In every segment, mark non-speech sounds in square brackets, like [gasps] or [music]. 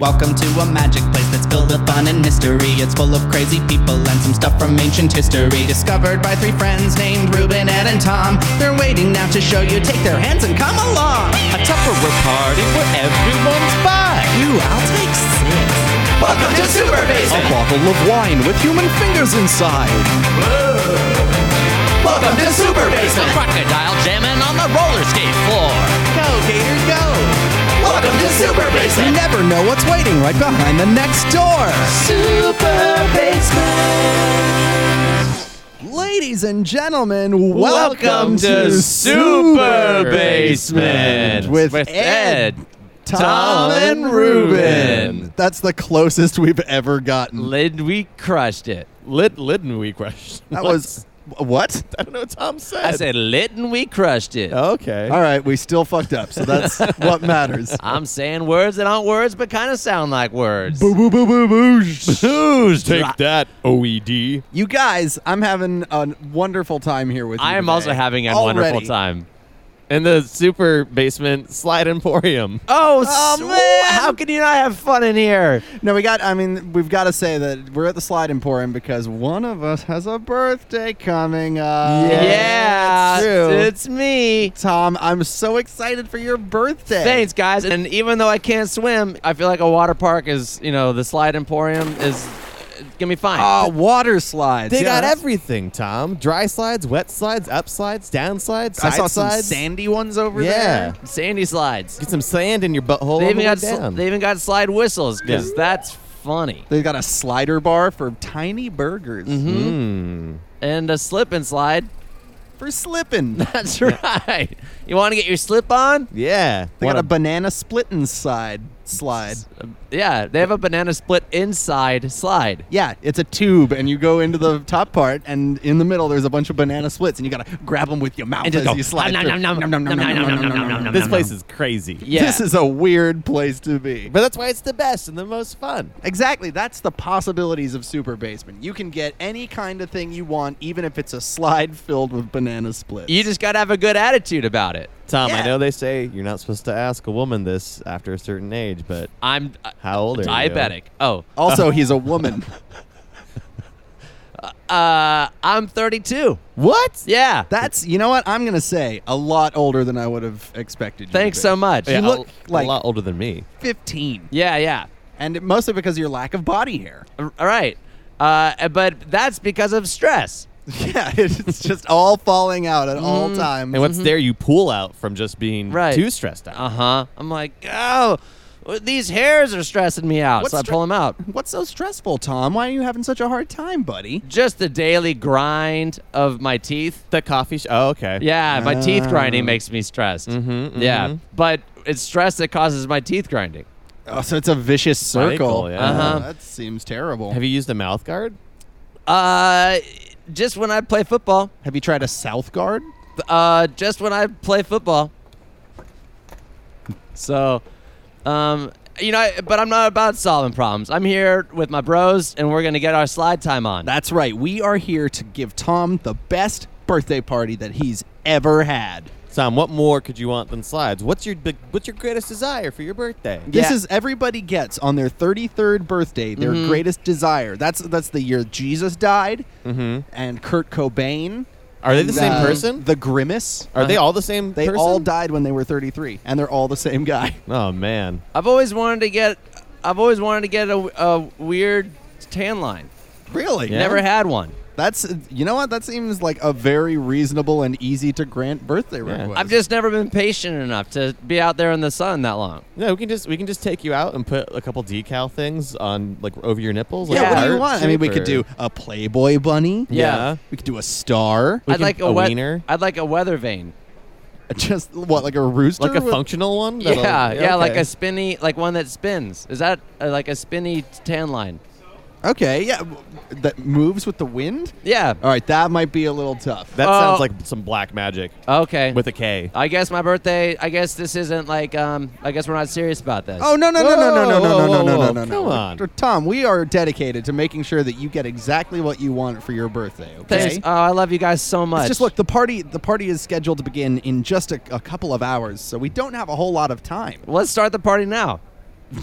Welcome to a magic place that's filled with fun and mystery. It's full of crazy people and some stuff from ancient history. Discovered by three friends named Ruben, Ed, and Tom. They're waiting now to show you. Take their hands and come along. A Tupperware party where everyone's five. Ooh, I'll take six. Welcome to Super A Basic. bottle of wine with human fingers inside. Welcome to Super Some Basic. crocodile jamming on the roller skate floor. Go, Gator, go. Welcome to Super You Basic. never know what's waiting right behind the next door. Super Basic. Ladies and gentlemen, welcome, Welcome to Super Basement with, with Ed, Ed, Tom, Tom, and and Ruben. Ruben. That's the closest we've ever gotten. Lid, we crushed it. Lid Lidden we crushed. [laughs] That was what? I don't know what Tom said. Oh. I said lit and we crushed it. okay. All right, we still fucked up, so [laughs] that's what matters. I'm saying words that aren't words but kind of sound like words. boo boo boo boo. Who's take that E OED? You guys, I'm having a wonderful time here with you. I am today. also having a Already. wonderful time. And the super basement slide emporium. Oh, Oh, s- man. how can you not have fun in here? No, we got. I mean, we've got to say that we're at the slide emporium because one of us has a birthday coming up. yeah, it's true. it's me. Tom, I'm so excited for your birthday. Thanks, guys. And even though I can't swim, I feel like a water park is, you know, the slide emporium is gonna be fine. Ah, Oh, water slides. They Yeah, got that's- everything, Tom. Dry slides, wet slides, up slides, down slides, I side saw some slides. sandy ones over Yeah. there. Sandy slides. Get some sand in your butthole. They on the even way got sl- down. they even got slide whistles because Yeah. that's funny. They got a slider bar for tiny burgers Mm. And a slip and slide. [laughs] for slipping. They That's right. You want to get your slip on? Yeah. got Wanna- a banana split inside slide. Yeah, they have a banana split inside slide. Yeah, it's a tube, and you go into the top part, and in the middle there's a bunch of banana splits, and you gotta grab them with your mouth And as just go, you slide. "Nom, through." nom, nom, Nom, nom, nom, nom, nom, nom, nom, nom, nom. this place is crazy. Yeah. This is a weird place to be. [laughs] But that's why it's the best and the most fun. Exactly. That's the possibilities of Super Basement. You can get any kind of thing you want, even if it's a slide filled with banana splits. you just got to have a good attitude about it. Tom, Yeah. I know they say you're not supposed to ask a woman this after a certain age, but I'm uh, how old are you? diabetic. Oh, [laughs] also, he's a woman. uh, I'm 32. What? Yeah. That's, you know what? I'm going to say a lot older than I would have expected. You Thanks to be. so much. You Yeah, look a, like- a lot older than me. 15. Yeah, yeah. And it- mostly because of your lack of body [laughs] hair. R- All right. Uh, but that's because of stress. Yeah, [laughs] it's just all falling out at all times. And what's there you pull out from just being Mm-hmm. Right. too stressed out. Uh huh. I'm like, oh, these hairs are stressing me out. What's so I stre- pull them out. What's so stressful, Tom? Why are you having such a hard time, buddy? Just the daily grind of my teeth. the coffee shop. Oh, okay. Yeah, my teeth Ah. grinding makes me stressed. Yeah, mhm. but it's stress that causes my teeth grinding. Oh, so it's a vicious circle. Cycle, yeah. Uh-huh. That seems terrible. Have you used a mouth guard? Uh, just when I play football. Have you tried a South Guard? Uh, just when I play football. So, um, you know, I- but I'm not about solving problems. I'm here with my bros, and we're gonna get our slide time on. That's right. We are here to give Tom the best birthday party that he's ever had. Tom, what more could you want than slides? What's your big, what's your greatest desire for your birthday? This Yeah. is everybody gets on their 33rd birthday their Mm-hmm. greatest desire. That's that's the year Jesus died Mm-hmm. and Kurt Cobain. Are they the and, same uh, person? The Grimace. Uh, Are they all the same They person? all died when they were 33 and they're all the same guy. [laughs] oh man. I've always wanted to get, I've always wanted to get a, a weird tan line. Really? Yeah. Never had one. That's you know what that seems like a very reasonable and easy to grant birthday request. I've just never been patient enough to be out there in the sun that long. No, we can just we can just take you out and put a couple decal things on like over your nipples. yeah, like what do you heart want? I mean, we could do shape a Playboy bunny. or- yeah. Yeah. We could do a star. We I'd can- like a, a wet- wiener? I'd like a weather vane. [laughs] Just what, like a rooster? Like a with- functional one? Yeah, That'll- yeah, like okay. a spinny, like one that spins. Is that uh, like a spinny tan line? Okay, yeah, w- that moves with the wind. Yeah. Uh, All right, that might be a little tough. That Oh. sounds like some black magic Okay. with a K. I guess my birthday. I guess this isn't like. Um. I guess we're not serious about this. oh no no no no no no no no Whoa, no whoa, no no whoa, no! no. come on. Dr. Tom. We are dedicated to making sure that you get exactly what you want for your birthday. Thanks. Okay. Oh, I love you guys so much. It's just look, the party the party is scheduled to begin in just a, a couple of hours, so we don't have a whole lot of time. Let's start the party now.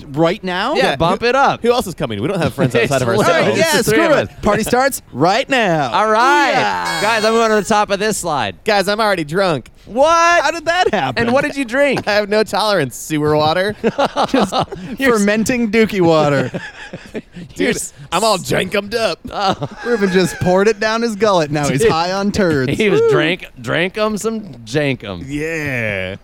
right now? Yeah, Yeah, bump it up. Who else is coming? We don't [laughs] have friends It's outside of literally- All ourselves. right, It's yeah, the three screw of it. us. Party starts right now. [laughs] All right, Yeah. guys, I'm going to the top of this slide. Guys, I'm already drunk. What? How did that happen? and what did you [laughs] drink? [laughs] I have no tolerance. Sewer water. fermenting [laughs] dookie water? Dude, I'm all jankummed up. Reuben just poured it down his gullet. Now he's high on turds. [laughs] He was drank drank 'em some jankum. yeah.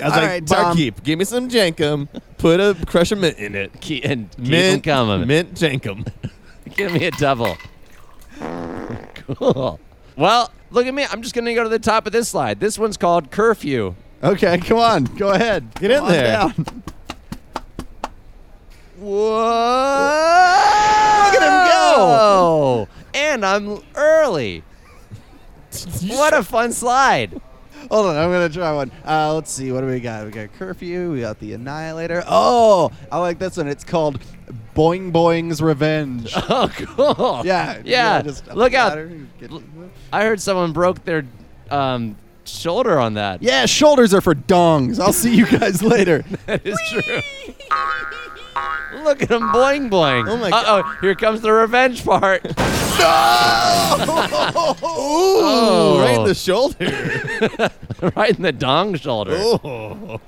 I was like, right, Tom. barkeep, give me some jankum. Put a crush of mint in it. Keep, and keep 'em Mint, coming. [laughs] mint jankum. Give me a double. [laughs] cool. Well, look at me. I'm just going to go to the top of this slide. This one's called curfew. Okay, come on, go ahead. Get in Come on there. down. Whoa! Look at him go! Oh. And I'm early. What a fun slide. Hold on, I'm gonna try one. Uh, let's see, what do we got? We got curfew. We got the annihilator. Oh, I like this one. It's called Boing Boing's Revenge. [laughs] Oh, cool. yeah, Yeah. up Look the out. ladder, get- I heard someone broke their um, shoulder on that. Yeah, shoulders are for dongs. I'll see [laughs] you guys later. That is true. Look at him boing boing. Oh my Uh oh, here comes the revenge part. [laughs] Ooh, Oh. right in the shoulder. [laughs] right in the dong shoulder. oh,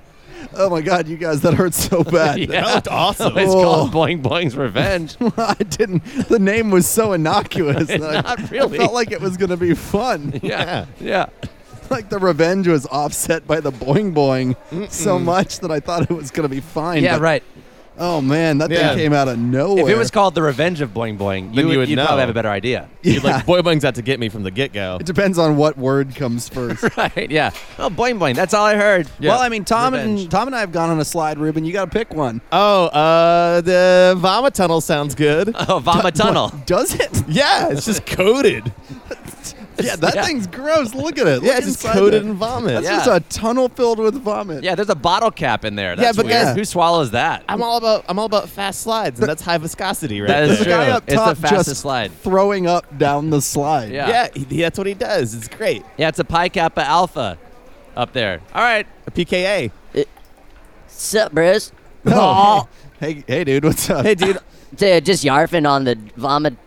oh my god, you guys, that [laughs] hurts so bad. Yeah. that looked awesome. [laughs] [laughs] It's Oh. called Boing Boing's Revenge. [laughs] I didn't. The name was so innocuous. that [laughs] I- Not really. I felt like it was gonna be fun. [laughs] yeah. Yeah. like the revenge was offset by the boing boing so much that I thought it was gonna be fine. Yeah, but- right. Oh man, that Yeah. thing came out of nowhere. If it was called The Revenge of Boing Boing, Then you you would, would you'd know. probably have a better idea. Dude, like boy bung's out to get me from the get go. [laughs] It depends on what word [laughs] comes first. right. Yeah. Oh, Boing Boing. That's all I heard. Yeah. Well, I mean, Tom Revenge. and Tom and I have gone on a slide, Ruben. You got to pick one. Oh, uh, the vomit tunnel sounds [laughs] good. [laughs] Oh, Vama Tunnel. Does it? Yeah, it's just coated. [laughs] Yeah, that Yeah. thing's gross. Look at it. Yeah, Look it's just inside coated that. in vomit. That's Yeah. just a tunnel filled with vomit. Yeah, there's a bottle cap in there. That's but weird. yeah. Who swallows that? I'm all about I'm all about fast slides, and that's high viscosity, right? That is [laughs] there. true. Guy up It's the top fastest just slide. Throwing up down the slide. Yeah. Yeah, he, that's what he does. It's great. Yeah, it's a Pi Kappa Alpha up there. All right. A PKA. Sup, bros? [laughs] Oh, hey, hey, hey, dude, what's up? Hey, dude, Dude, just yarfing on the vomitron.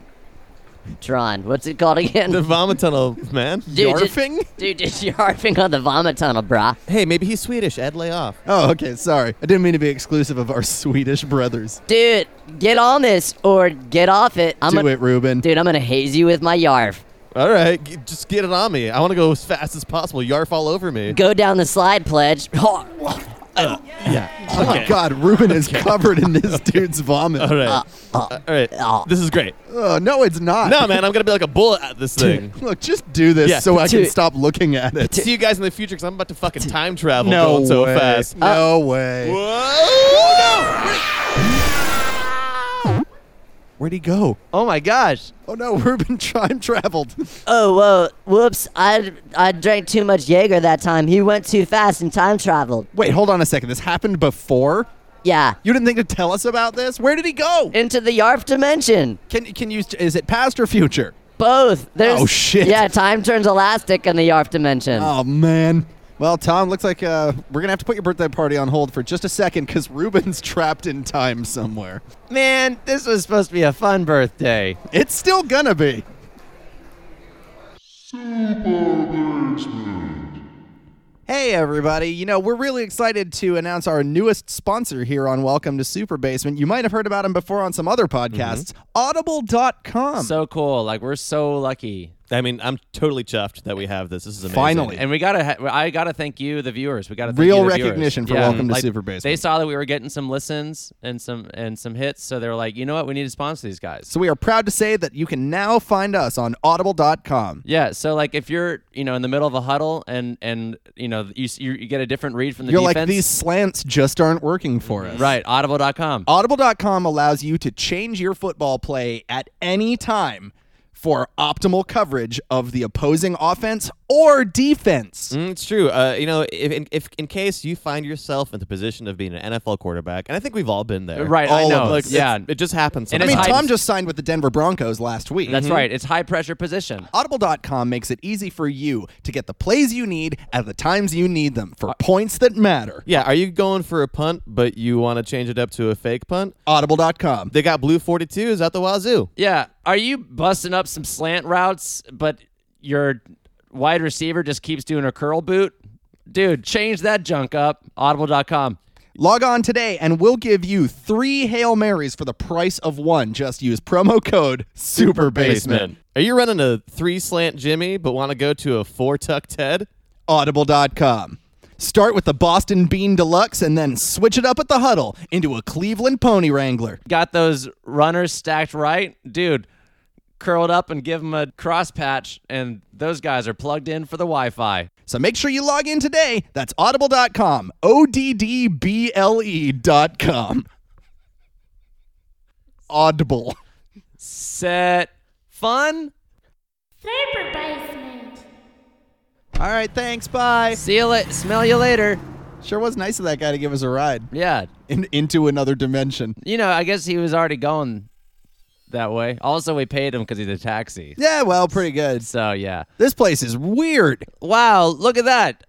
What's it called again? the vomit tunnel man. [laughs] dude, just- yarfing? dude, just yarfing on the vomit tunnel, brah. Hey, maybe he's Swedish. Ed, lay off. Oh, okay. Sorry, I didn't mean to be exclusive of our [laughs] Swedish brothers. Dude, get on this or get off it. I'm Do gonna, it, Ruben. Dude, I'm gonna haze you with my yarf. All right, g- just get it on me. I want to go as fast as possible. Yarf all over me. Go down the slide, pledge. [laughs] Oh, Oh my God, Ruben is covered [laughs] in this dude's vomit. All right, all right. ah. uh, This is [laughs] great. Oh, no, it's not. No, man, I'm gonna be like a bullet at this thing. [laughs] Look, just do this Yeah. so I can Dude. stop looking at it. [laughs] See you guys in the future because I'm about to fucking time travel going so fast. No way. Whoa! [gasps] Where'd he go? Oh my gosh. Oh no, [laughs] Ruben time traveled. oh, whoa, whoops! I I drank too much Jaeger that time. He went too fast and time traveled. Wait, hold on a second. This happened before? Yeah, You didn't think to tell us about this? Where did he go? into the yarf dimension. Can can you is it past or future? Both. There's, Oh, shit. Yeah, time turns elastic in the yarf dimension. Oh man. Well, Tom, looks like uh, we're gonna have to put your birthday party on hold for just a second because Ruben's [laughs] trapped in time somewhere. Man, this was supposed to be a fun birthday. It's still gonna be. Hey everybody, you know, we're really excited to announce our newest sponsor here on Welcome to Super Basement. You might have heard about him before on some other podcasts, audible.com. So cool. Like we're so lucky. I mean, I'm totally chuffed that we have this. This is amazing. Finally. And we gotta, ha- I gotta thank you, the viewers. We gotta thank Real you, the viewers. recognition for Welcome to Super Basement. They saw that we were getting some listens and some and some hits, so they were like, you know what, we need to sponsor these guys. so we are proud to say that you can now find us on audible.com. yeah, so like if you're you know in the middle of a huddle and and you know you s- you, you get a different read from the You're defense, like these Oh, slants just aren't working for us. right? Audible.com. Audible.com allows you to change your football play at any time for optimal coverage of the opposing offense or defense. Mm, it's true. Uh, you know, if in, if in case you find yourself in the position of being an NFL quarterback, and I think we've all been there, Right, I All know. Of, like, Yeah. it's- it just happens. And I it's sometimes. mean, high- Tom just signed with the Denver Broncos last week. That's right. It's high pressure position. Audible.com makes it easy for you to get the plays you need at the times you need them for points that matter. Uh, yeah, are you going for a punt, but you want to change it up to a fake punt? Audible.com. They got blue forty twos out the wazoo. Yeah. Are you busting up some slant routes, but your wide receiver just keeps doing a curl boot? Dude, change that junk up. Audible.com. Log on today and we'll give you three Hail Marys for the price of one. Just use promo code SUPERBASEMENT. Are you running a three slant Jimmy, but want to go to a four tuck Ted? Audible.com. Start with the Boston Bean Deluxe and then switch it up at the huddle into a Cleveland Pony Wrangler. Got those runners stacked right? Dude, curled up and give them a cross patch, and those guys are plugged in for the Wi Fi. So make sure you log in today. That's audible.com. O D D B L E E.com. Audible. Set fun. Super basement. All right, thanks. Bye. See you later. Smell you later. Sure was nice of that guy to give us a ride Yeah. in, into another dimension. You know, I guess he was already going that way. Also, we paid him because he's a taxi. Yeah, well, pretty good. So, yeah. This place is weird. Wow, look at that.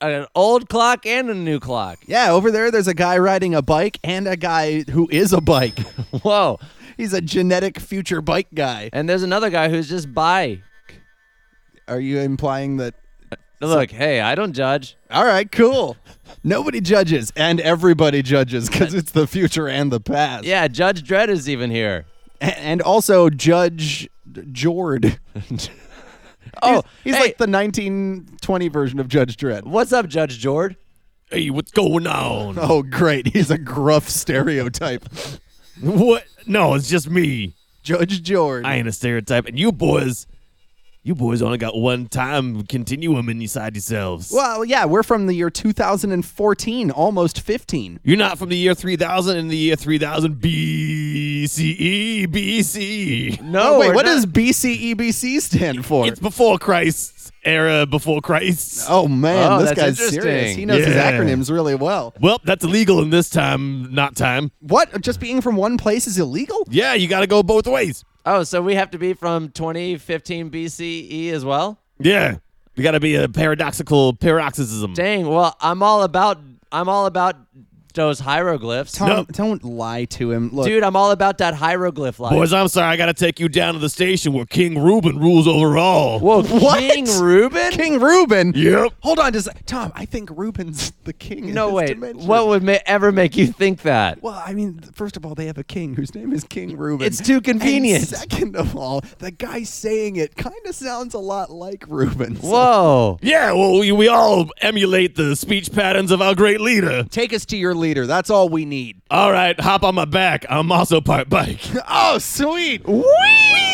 An old clock and a new clock. [laughs] Yeah, over there, there's a guy riding a bike and a guy who is a bike. [laughs] Whoa. He's a genetic future bike guy. And there's another guy who's just by. Are you implying that? Look, hey, I don't judge. All right, cool. Nobody judges, and everybody judges because it's the future and the past. Yeah, Judge Dredd is even here. A- and also Judge [laughs] Jord. Oh, He's hey, like the 1920 version of Judge Dredd. What's up, Judge Jord? Hey, what's going on? Oh, great. He's a gruff stereotype. What? No, it's just me. Judge Jord. ain't a stereotype, and you boys, you boys only got one time continuum inside yourselves. well, yeah, we're from the year 2014, almost 15. You're not from the year 3000 and the year 3000 BCE, BC. No. oh, wait, we're what not- does BCEBC stand for? It's before Christ's era, before Christ. oh, man, Oh, this that's guy's interesting. serious. He knows his Yeah. acronyms really well. Well, that's illegal in this time, not time. What? Just being from one place is illegal? Yeah, you got to go both ways. Oh, so we have to be from 2015 BCE E as well? Yeah. You got to be a paradoxical paroxysm. Dang. Well, I'm all about I'm all about those hieroglyphs. Tom, No. don't lie to him. Look, Dude, I'm all about that hieroglyph life. Boys, I'm sorry. I got to take you down to the station where King Reuben rules over all. Whoa, [laughs] [laughs] What? King Reuben? King Reuben. Yep. Hold on, just Tom. I think Reuben's [laughs] the king. in no, this wait. dimension. What would ma- ever make you think that? Well, I mean, th- first of all, they have a king whose name is King Reuben. It's too convenient. And second of all, the guy saying it kind of sounds a lot like Reuben. so- Whoa. Yeah, well, we, we all emulate the speech patterns of our great leader. Take us to your leader. That's all we need. All right, hop on my back. I'm also part bike. Oh, sweet.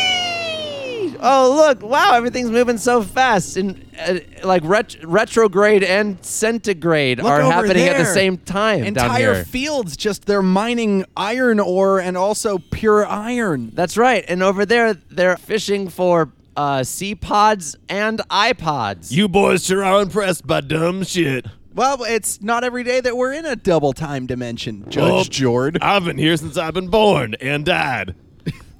Whee! Oh, look. Wow, everything's moving so fast. And uh, like ret- retrograde and centigrade Look are over happening at the there. same time down Entire here. fields just they're mining iron ore and also pure iron. That's right. And over there, they're fishing for uh, sea pods and iPods. you boys sure are impressed by dumb shit. Well, it's not every day that we're in a double time dimension, Judge Oh. Well, Jord. Oh, I've been here since I've been born and died.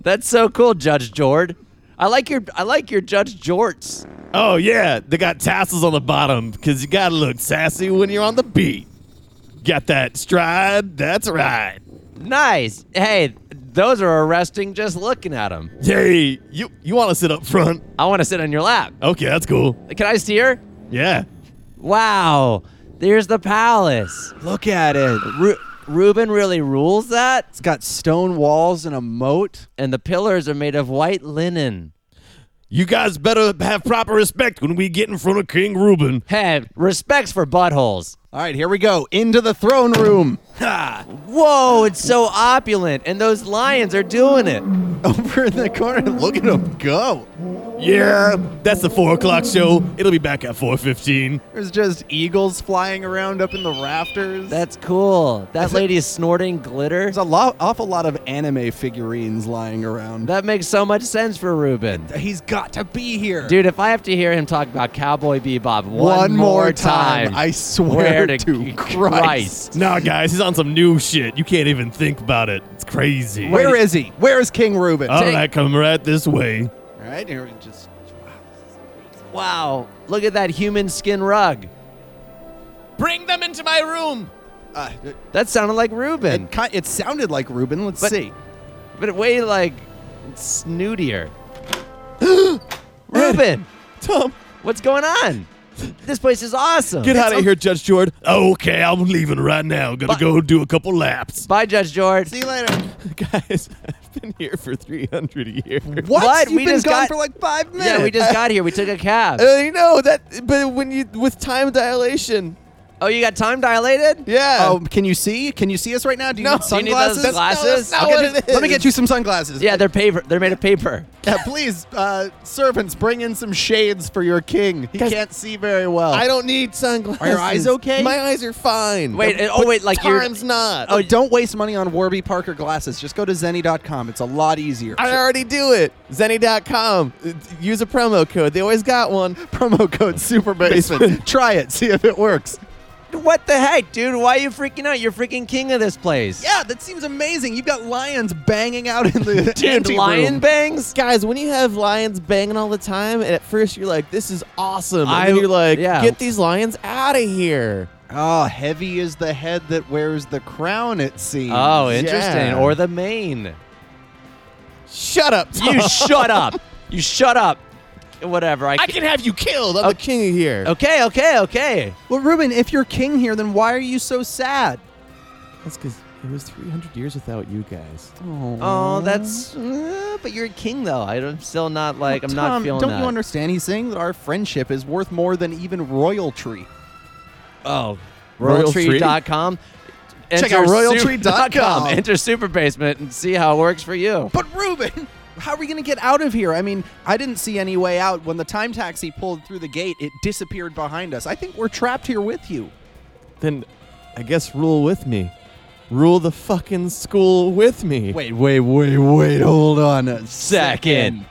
That's so cool, Judge Jord. I like your I like your Judge Jorts. Oh, yeah, they got tassels on the bottom because you gotta look sassy when you're on the beat. Got that stride? That's right. Nice. Hey, those are arresting just looking at them. Hey, you, you wanna sit up front? I want to sit on your lap. Okay, that's cool. Can I see her? Yeah. Wow. There's the palace. Look at it. Ru- Reuben really rules that, It's got stone walls and a moat. and the pillars are made of white linen. You guys better have proper respect when we get in front of King Reuben. Hey, respects for buttholes. All right, here we go. Into the throne room. [laughs] Whoa, it's so opulent, and those lions are doing it. Over in the corner. Look at him go. Yeah, that's the four o'clock show. It'll be back at four fifteen. There's just eagles flying around up in the rafters. That's cool. That lady is snorting glitter. There's a lot, awful lot of anime figurines lying around. That makes so much sense for Ruben. He's got to be here. Dude, if I have to hear him talk about Cowboy Bebop one, one, more time, I swear swear to to g- Christ. Christ. Nah, guys, he's on some new shit. You can't even think about it. It's crazy. Where is he? Where is King Reuben? All take- right, come right this way. All right, here we just. wow, look at that human skin rug. Bring them into my room. Uh, it, That sounded like Ruben, it, ki- it sounded like Reuben. Let's But- see. but way like snootier. Ruben, Tom, what's going on? This place is awesome. get out of here, Judge George. Okay, I'm leaving right now. Gonna Bye. go do a couple laps. Bye, Judge George. See you later. Guys, [laughs] I've been here for 300 years. What? What? You've We been just gone got- for like five minutes. yeah, we just [laughs] got here. We took a cab. I know that, but when you with time dilation, Oh, you got time dilated? yeah. Oh, can you see? Can you see us right now? Do you [laughs] No. need Do you need those sunglasses? glasses? not I'll get what you- [laughs] it Let me is. get you some sunglasses. Yeah, they're paper. They're made of paper. Yeah, please, uh, servants, bring in some shades for your king. He can't see very well. I don't need sunglasses. Are your eyes okay? My eyes are fine. Wait, The- and- oh, wait, like you're- time's not. Oh, don't waste money on Warby Parker glasses. Just go to zenny.com. It's a lot easier. I already do it. Zenny.com. Uh, Use a promo code. They always got one. promo code [laughs] superbasement. Try it. See if it works. What the heck, dude? Why are you freaking out? You're freaking king of this place. Yeah, that seems amazing. You've got lions banging out in the [laughs] Dude, ante lion room. bangs? Guys, when you have lions banging all the time, and at first you're like, this is awesome. And I- then you're like, yeah. get these lions out of here. Oh, heavy is the head that wears the crown, it seems. Oh, interesting. Yeah. Or the mane. Shut up. Tom. You [laughs] shut up. You shut up. Whatever. I, I ca- can have you killed. I'm the king of here. Okay, okay, okay. Well, Ruben, if you're king here, then why are you so sad? That's because it was 300 years without you guys. Oh, that's. uh, but you're a king, though. I don't- I'm still not like. I'm not Tom, feeling don't that. you understand? He's saying that our friendship is worth more than even royaltree. Oh, Royal Tree? royaltree.com. Check Enter out Super- royaltree.com. com. [laughs] Enter Super Basement and see how it works for you. But Ruben, [laughs] how are we going to get out of here? I mean, I didn't see any way out. When the time taxi pulled through the gate, it disappeared behind us. I think we're trapped here with you. Then I guess rule with me. Rule the fucking school with me. Wait, wait, wait, wait. Hold on a Second.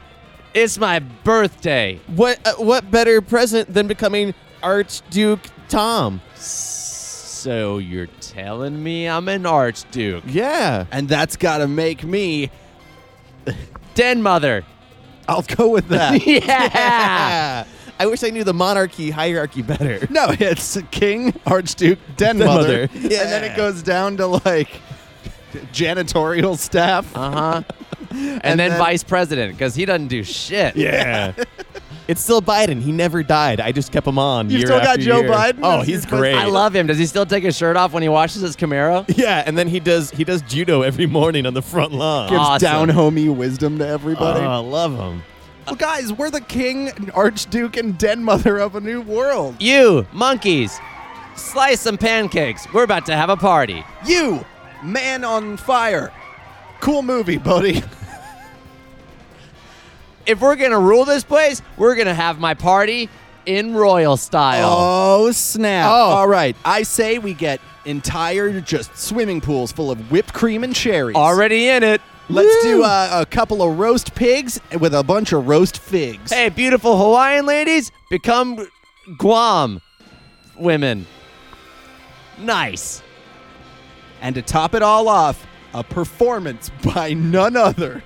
It's my birthday. What uh, what better present than becoming Archduke Tom? So you're telling me I'm an archduke? Yeah. And that's got to make me. [laughs] Den [laughs] mother. I'll go with that. Yeah. I wish I knew the monarchy hierarchy better. no, it's King, Archduke, Den Den Mother. Mother. Yeah. And then it goes down to like janitorial staff. Uh huh. And, And then, then- vice president, because he doesn't do shit. Yeah. it's still Biden. He never died. I just kept him on. You've year still got after Joe year. Biden Oh, as he's your president? great. I love him. Does he still take his shirt off when he washes his Camaro? Yeah, and then he does he does judo every morning on the front lawn. Gives Awesome. Uh. down homey wisdom to Oh, everybody. I love him. well, guys, we're the king, archduke, and den mother of a new world. [laughs] You monkeys, slice some pancakes. We're about to have a party. You, Man on Fire. Cool movie, buddy. If we're gonna rule this place, we're gonna have my party in royal style. [laughs] Oh, snap. Oh. All right. I say we get entire just swimming pools full of whipped cream and cherries. Already in it. Let's do uh, a couple of roast pigs with a bunch of roast figs. Hey, beautiful Hawaiian ladies, become Guam women. Nice. And to top it all off, a performance [laughs] by none other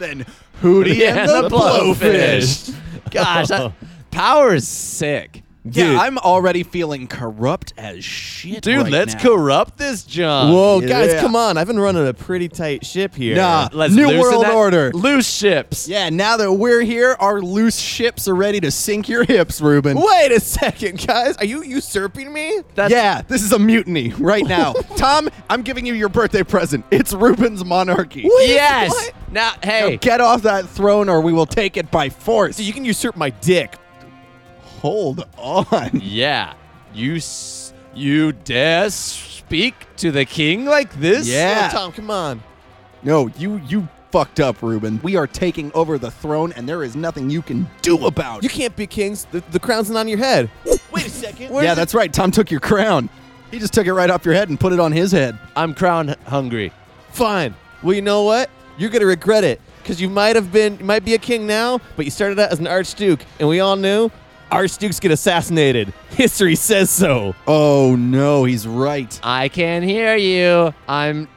than Hootie and the, Blowfish. Gosh, [laughs] that, power is sick. Yeah, I'm already feeling corrupt as [laughs] shit. Dude, right let's now. corrupt this junk. Whoa, Yeah. guys, come on. I've been running a pretty tight ship here. Nah. Let's New loosen World that- Order. Loose ships. Yeah, now that we're here, our loose ships are ready to sink your hips, Ruben. Wait a second, guys. Are you usurping me? That's, yeah, this is a mutiny right [laughs] now. Tom, I'm giving you your birthday present. It's Ruben's monarchy. Yes. Now, Now hey. get off that throne or we will take it by force. So you can usurp my dick. Hold on. Yeah. You s- you dare speak to the king like this? Yeah. Tom, come Oh, on. No, you you fucked up, Ruben. We are taking over the throne, and there is nothing you can do about You it. can't be kings. The, the crown's not on your head. Wait a second. Where yeah, is it? that's right. Tom took your crown. He just took it right off your head and put it on his head. I'm crown hungry. fine. Well, you know what? You're gonna regret it because you might have been, you might be a king now, but you started out as an archduke, and we all knew archdukes get assassinated. [laughs] History says so. Oh no, he's right. I can hear you. I'm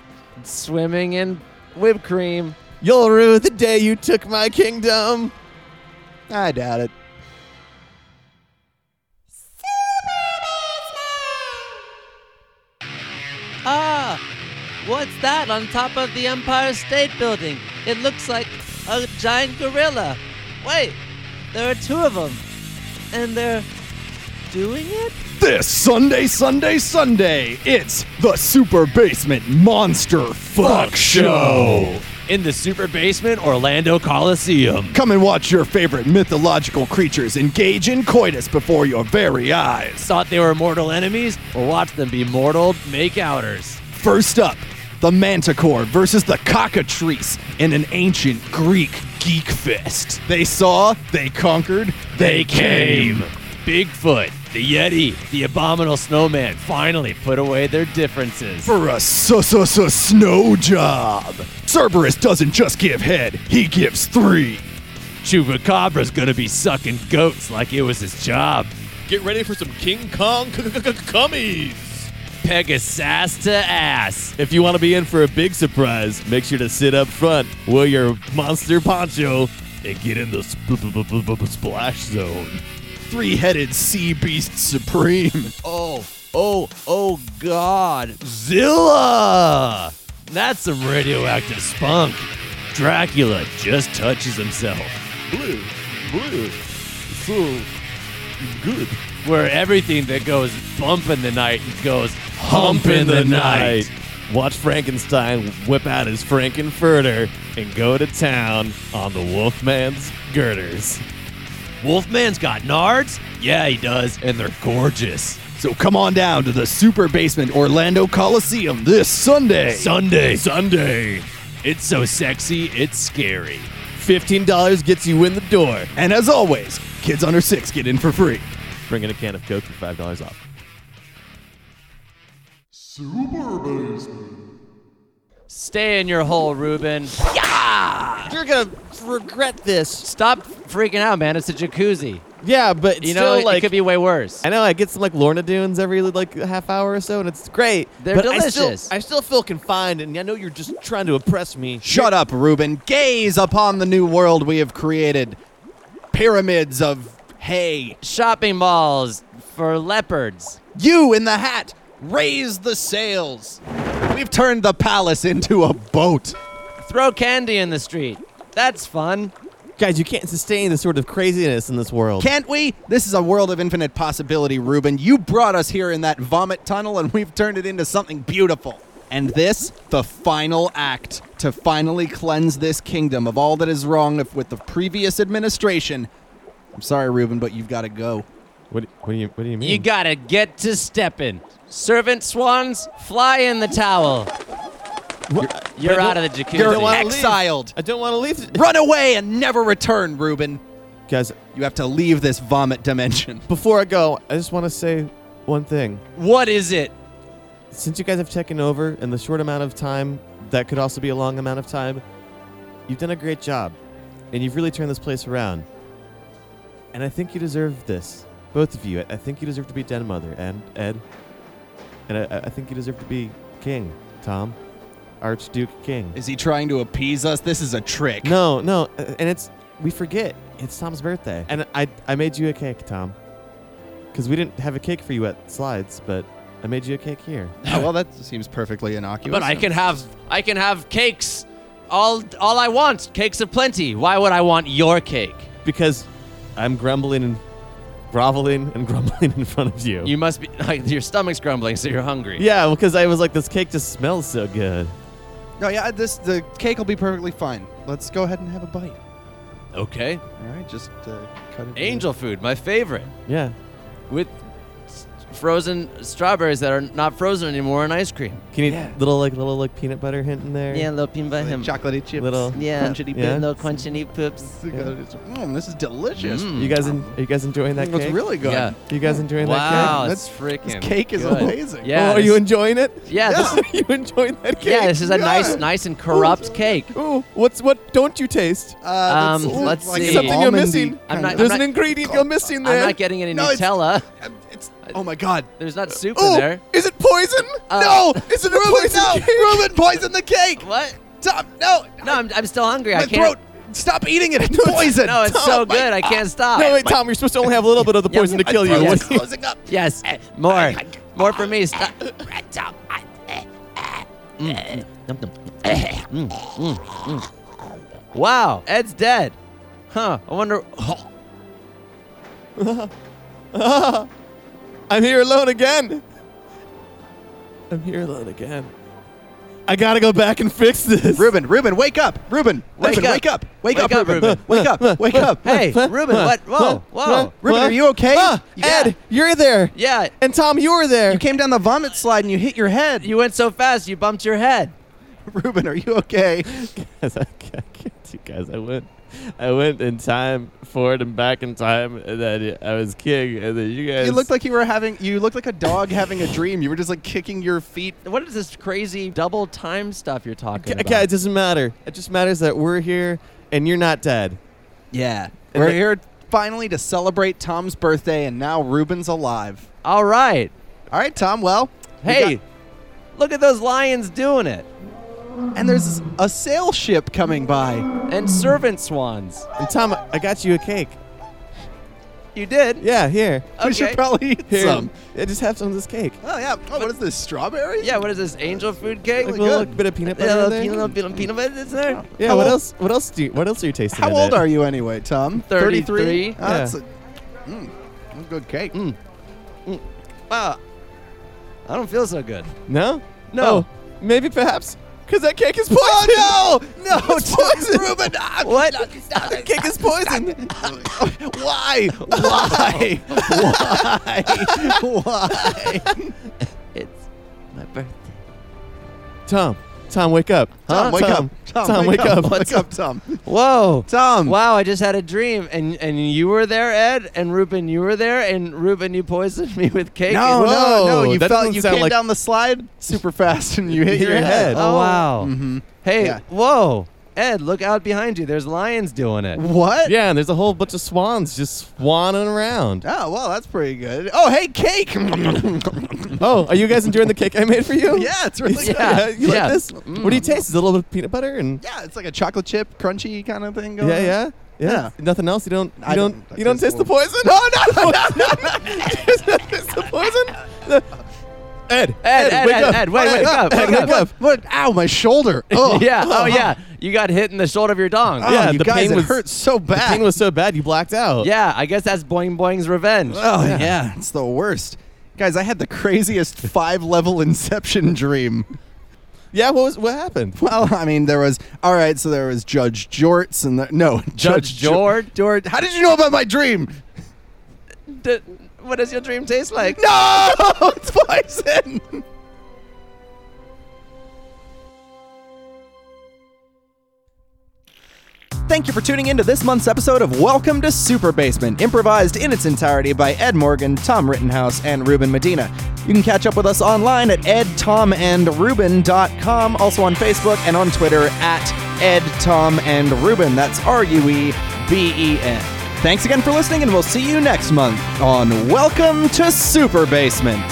swimming in whipped cream. You'll rue the day you took my kingdom. I doubt it. Ah, what's that on top of the Empire State Building? It looks like a giant gorilla. Wait, there are two of them, and they're doing it. This Sunday, Sunday, Sunday, it's the Super Basement Monster Fuck Show. In the super basement, Orlando Coliseum. Come and watch your favorite mythological creatures engage in coitus before your very eyes. Thought they were mortal enemies, or watch them be mortal makeouters. First up, the manticore versus the cockatrice in an ancient Greek geek fest. They saw, they conquered, they came. Bigfoot, the Yeti, the abominable snowman [laughs] finally put away their differences. For a so so so snow job. Cerberus doesn't just give head, he gives three. Chupacabra's gonna be sucking goats like it was his job. Get ready for some King Kong cummies. Pegasus to ass. If you want to be in for a big surprise, make sure to sit up front, wear your monster poncho, and get in the sp- sp- sp- sp- splash zone. Three headed sea beast supreme. Oh, oh, oh, God. Zilla! That's some radioactive spunk. Dracula just touches himself. Blue, blue, so good. Where everything that goes bump in the night goes hump in the night. Watch Frankenstein whip out his Frankenfurter and go to town on the Wolfman's girders. Wolfman's got nards? Yeah, he does, and they're gorgeous. So come on down to the Super Basement Orlando Coliseum this Sunday. Sunday. Sunday. It's so sexy, it's scary. $15 gets you in the door. and as always, kids under six get in for free. Bring in a can of Coke for $5 off. Stay in your hole, Ruben. You're going to regret this. Stop freaking out, man. It's a jacuzzi. Yeah, but You still, know, it- like, it could be way worse. I know I get some like Lorna Dunes every like half hour or so, and it's great. They're but I still- delicious. I still feel confined, and I know you're just trying to oppress me. Shut up, Reuben. Gaze upon the new world we have created. Pyramids of hay. Shopping malls for leopards. You in the hat. Raise the sails. We've turned the palace into a boat. Throw candy in the street. That's fun. Guys, you can't sustain this sort of craziness in this Oh. world. Can't we? This is a world of infinite possibility, Reuben. You brought us here in that vomit tunnel, and we've turned it into something beautiful. And this, the final act to finally cleanse this kingdom of all that is wrong if- with the previous administration. I'm sorry, Reuben, but you've got to go. What, what do you What do you mean? You gotta get to steppin'. Servant swans, fly in the towel. You're out of the jacuzzi. You're don't wanna leave. exiled. I don't want to leave. Run away and never return, Reuben. Guys, You have to leave this vomit dimension. [laughs] before I go, I just want to say one thing. What is it? Since you guys have taken over in the short amount of time, that could also be a long amount of time, you've done a great job. And you've really turned this place around. And I think you deserve this. Both of you. I I think you deserve to be Den Mother and Ed. And I, I think you deserve to be King, Tom. Archduke King. Is he trying to appease us? This is a trick. No, no, uh, and it's we forget it's Tom's birthday, and I I made you a cake, Tom, because we didn't have a cake for you at Slides, but I made you a cake here. Oh, [laughs] well, that seems perfectly innocuous. But I can have I can have cakes all all I want. Cakes of plenty. Why would I want your cake? [laughs] Because I'm grumbling and groveling and [laughs] grumbling in front of you. You must be [laughs] like your stomach's grumbling, so you're hungry. yeah, because I was like, this cake just smells so [clears throat] good. No, yeah, this the cake will be perfectly fine. Let's go ahead and have a bite. Okay. All right, just uh, cut it. Angel food, my favorite. Yeah, With s- frozen strawberries that are not frozen anymore in ice cream. Can you little like little like peanut butter hint in there? Yeah, little peanut butter him. Chocolatey chips. Little- Yeah, Crunchity Yeah. little crunchity poops. bits. Mm, this is delicious. Mm. You guys, en- are you guys enjoying that That looks cake? really good. Yeah. You guys enjoying Wow, that that's freaking This cake is good. amazing. cake? Yeah. Oh, are you this- enjoying it? Yeah, this- are [laughs] you enjoying that cake? yeah, this is a nice, Yeah. nice and corrupt cake. Ooh, what's what? Don't you taste? Uh, that's Um, sort of let's like see. some Something you're almondy missing. kind I'm not- of- There's I'm an ingredient you're missing I'm there. not getting any No, it's- Nutella. Um, it's- oh my god. There's not soup in Oh, there. Uh, is it poison? no, [laughs] is it a Ruben, poison no! cake? [laughs] Ruben, poison the cake! What? Stop! No! No, I'm, I'm still hungry. my I can't. throat! Stop eating it! It's [laughs] poison! No, it's so good. I can't stop. No, wait, Tom, you're supposed to only have a little bit of the poison to kill you. [laughs] My Yeah. [laughs] throat's What do you- closing up. Yes, more, more for me. Mm. Stop. Mm, Wow, Ed's dead. Huh? I wonder. I'm here alone again. I'm here alone again. I gotta go back and fix this. [laughs] Ruben, Ruben, wake up! Ruben, Wake Ruben, up. wake up! Wake, Wake up, up, Ruben! Ruben. Wake [laughs] up! Wake up! Hey, Ruben, what? Whoa, whoa. Ruben, are you okay? Ah, You- Ed, you're there. Yeah, And Tom, you were there. You came down the vomit slide and you hit your head. you went so fast, you bumped your head. [laughs] Ruben, are you [laughs] okay? guys, [laughs] I can't, I can't- you guys, I went, I went in time forward and back in time, and then I was king, and then you guys. You looked like you were having. You looked like a dog having a dream. You were just like kicking your feet. What is this crazy double time stuff you're talking Okay, about? it doesn't matter. It just matters that we're here and you're not dead. Yeah. And We're the- here finally to celebrate Tom's birthday, and now Ruben's alive. All right. All right, Tom. Well, we Hey, look at those lions doing it, got- and there's a sail ship coming by. and servant swans. And Tom, I got you a cake. You did. Yeah, here. We should Okay. probably eat Here. some. I just have some of this cake. Oh yeah. Oh, what is this? Strawberry? Yeah. What is this angel food cake? Like a Really little good. bit of peanut Yeah, butter. in little there. peanut, little peanut, peanut butter is there. Yeah. How what old- else? What else do? You, what else are you tasting? How old are you anyway, Tom? 33? Oh, that's a, mm, that's a good cake. Wow. I don't feel so good. No. No. Oh, maybe perhaps because that cake is poison. Oh no! No, It's Tom, poison. Ruben. ah, What? that cake [laughs] is poison. Why? Why? Why? Why? It's my birthday. [laughs] Tom, Tom, wake up. Tom, wake Tom, up. Tom, Tom, wake, up. What's Wake up, Tom. Whoa. Tom. Wow, I just had a dream, and and you were there, Ed, and Ruben, you were there, and Ruben, you poisoned [laughs] me with cake. No, and- no, no. Whoa, You that fell doesn't you sound came like- down the slide super fast and you hit your, head. Oh, wow. Mm-hmm. Hey, Yeah. whoa, Ed, look out behind you. There's lions doing it. What? Yeah, and there's a whole bunch of swans just swanning around. Oh, well, that's pretty good. Oh, hey, [laughs] cake. Oh, are you guys enjoying the cake I made for you? yeah, it's really good. [laughs] Yeah, you Yeah. like this? What do you taste? Is it a little bit of peanut butter and Yeah, it's like a chocolate chip, crunchy kind of thing going yeah, on. yeah, yeah, Yeah. Nothing else. You don't, you I don't, don't- you don't that's taste the cool. poison. No, no, no, [laughs] no, no. taste the poison. The- Ed, Ed, Ed, wake Ed, up. Ed, wait, Ed, wake up, Ed, wake wake up. What? Ow, my [laughs] shoulder. Oh, yeah. Oh, yeah. You got hit in the shoulder of your dong. Oh, Yeah, you the guys, pain it was- hurt so The bad. pain was so bad you blacked out. Yeah. I guess that's Boing Boing's revenge. Oh yeah. it's the worst. Guys, I had the [laughs] craziest five level inception dream. yeah. What was what happened? Well, I mean, there was all right. So there was Judge Jorts and the, no Judge Jor- Jord? Jort. How did you know about my dream? D- what does your dream taste like? No, [laughs] it's poison. Thank you for tuning in to this month's episode of Welcome to Super Basement, improvised in its entirety by Ed Morgan, Tom Rittenhouse, and Ruben Medina. You can catch up with us online at edtomandruben.com, also on Facebook and on Twitter at edtomandruben. That's R U E B E N. Thanks again for listening, and we'll see you next month on Welcome to Super Basement.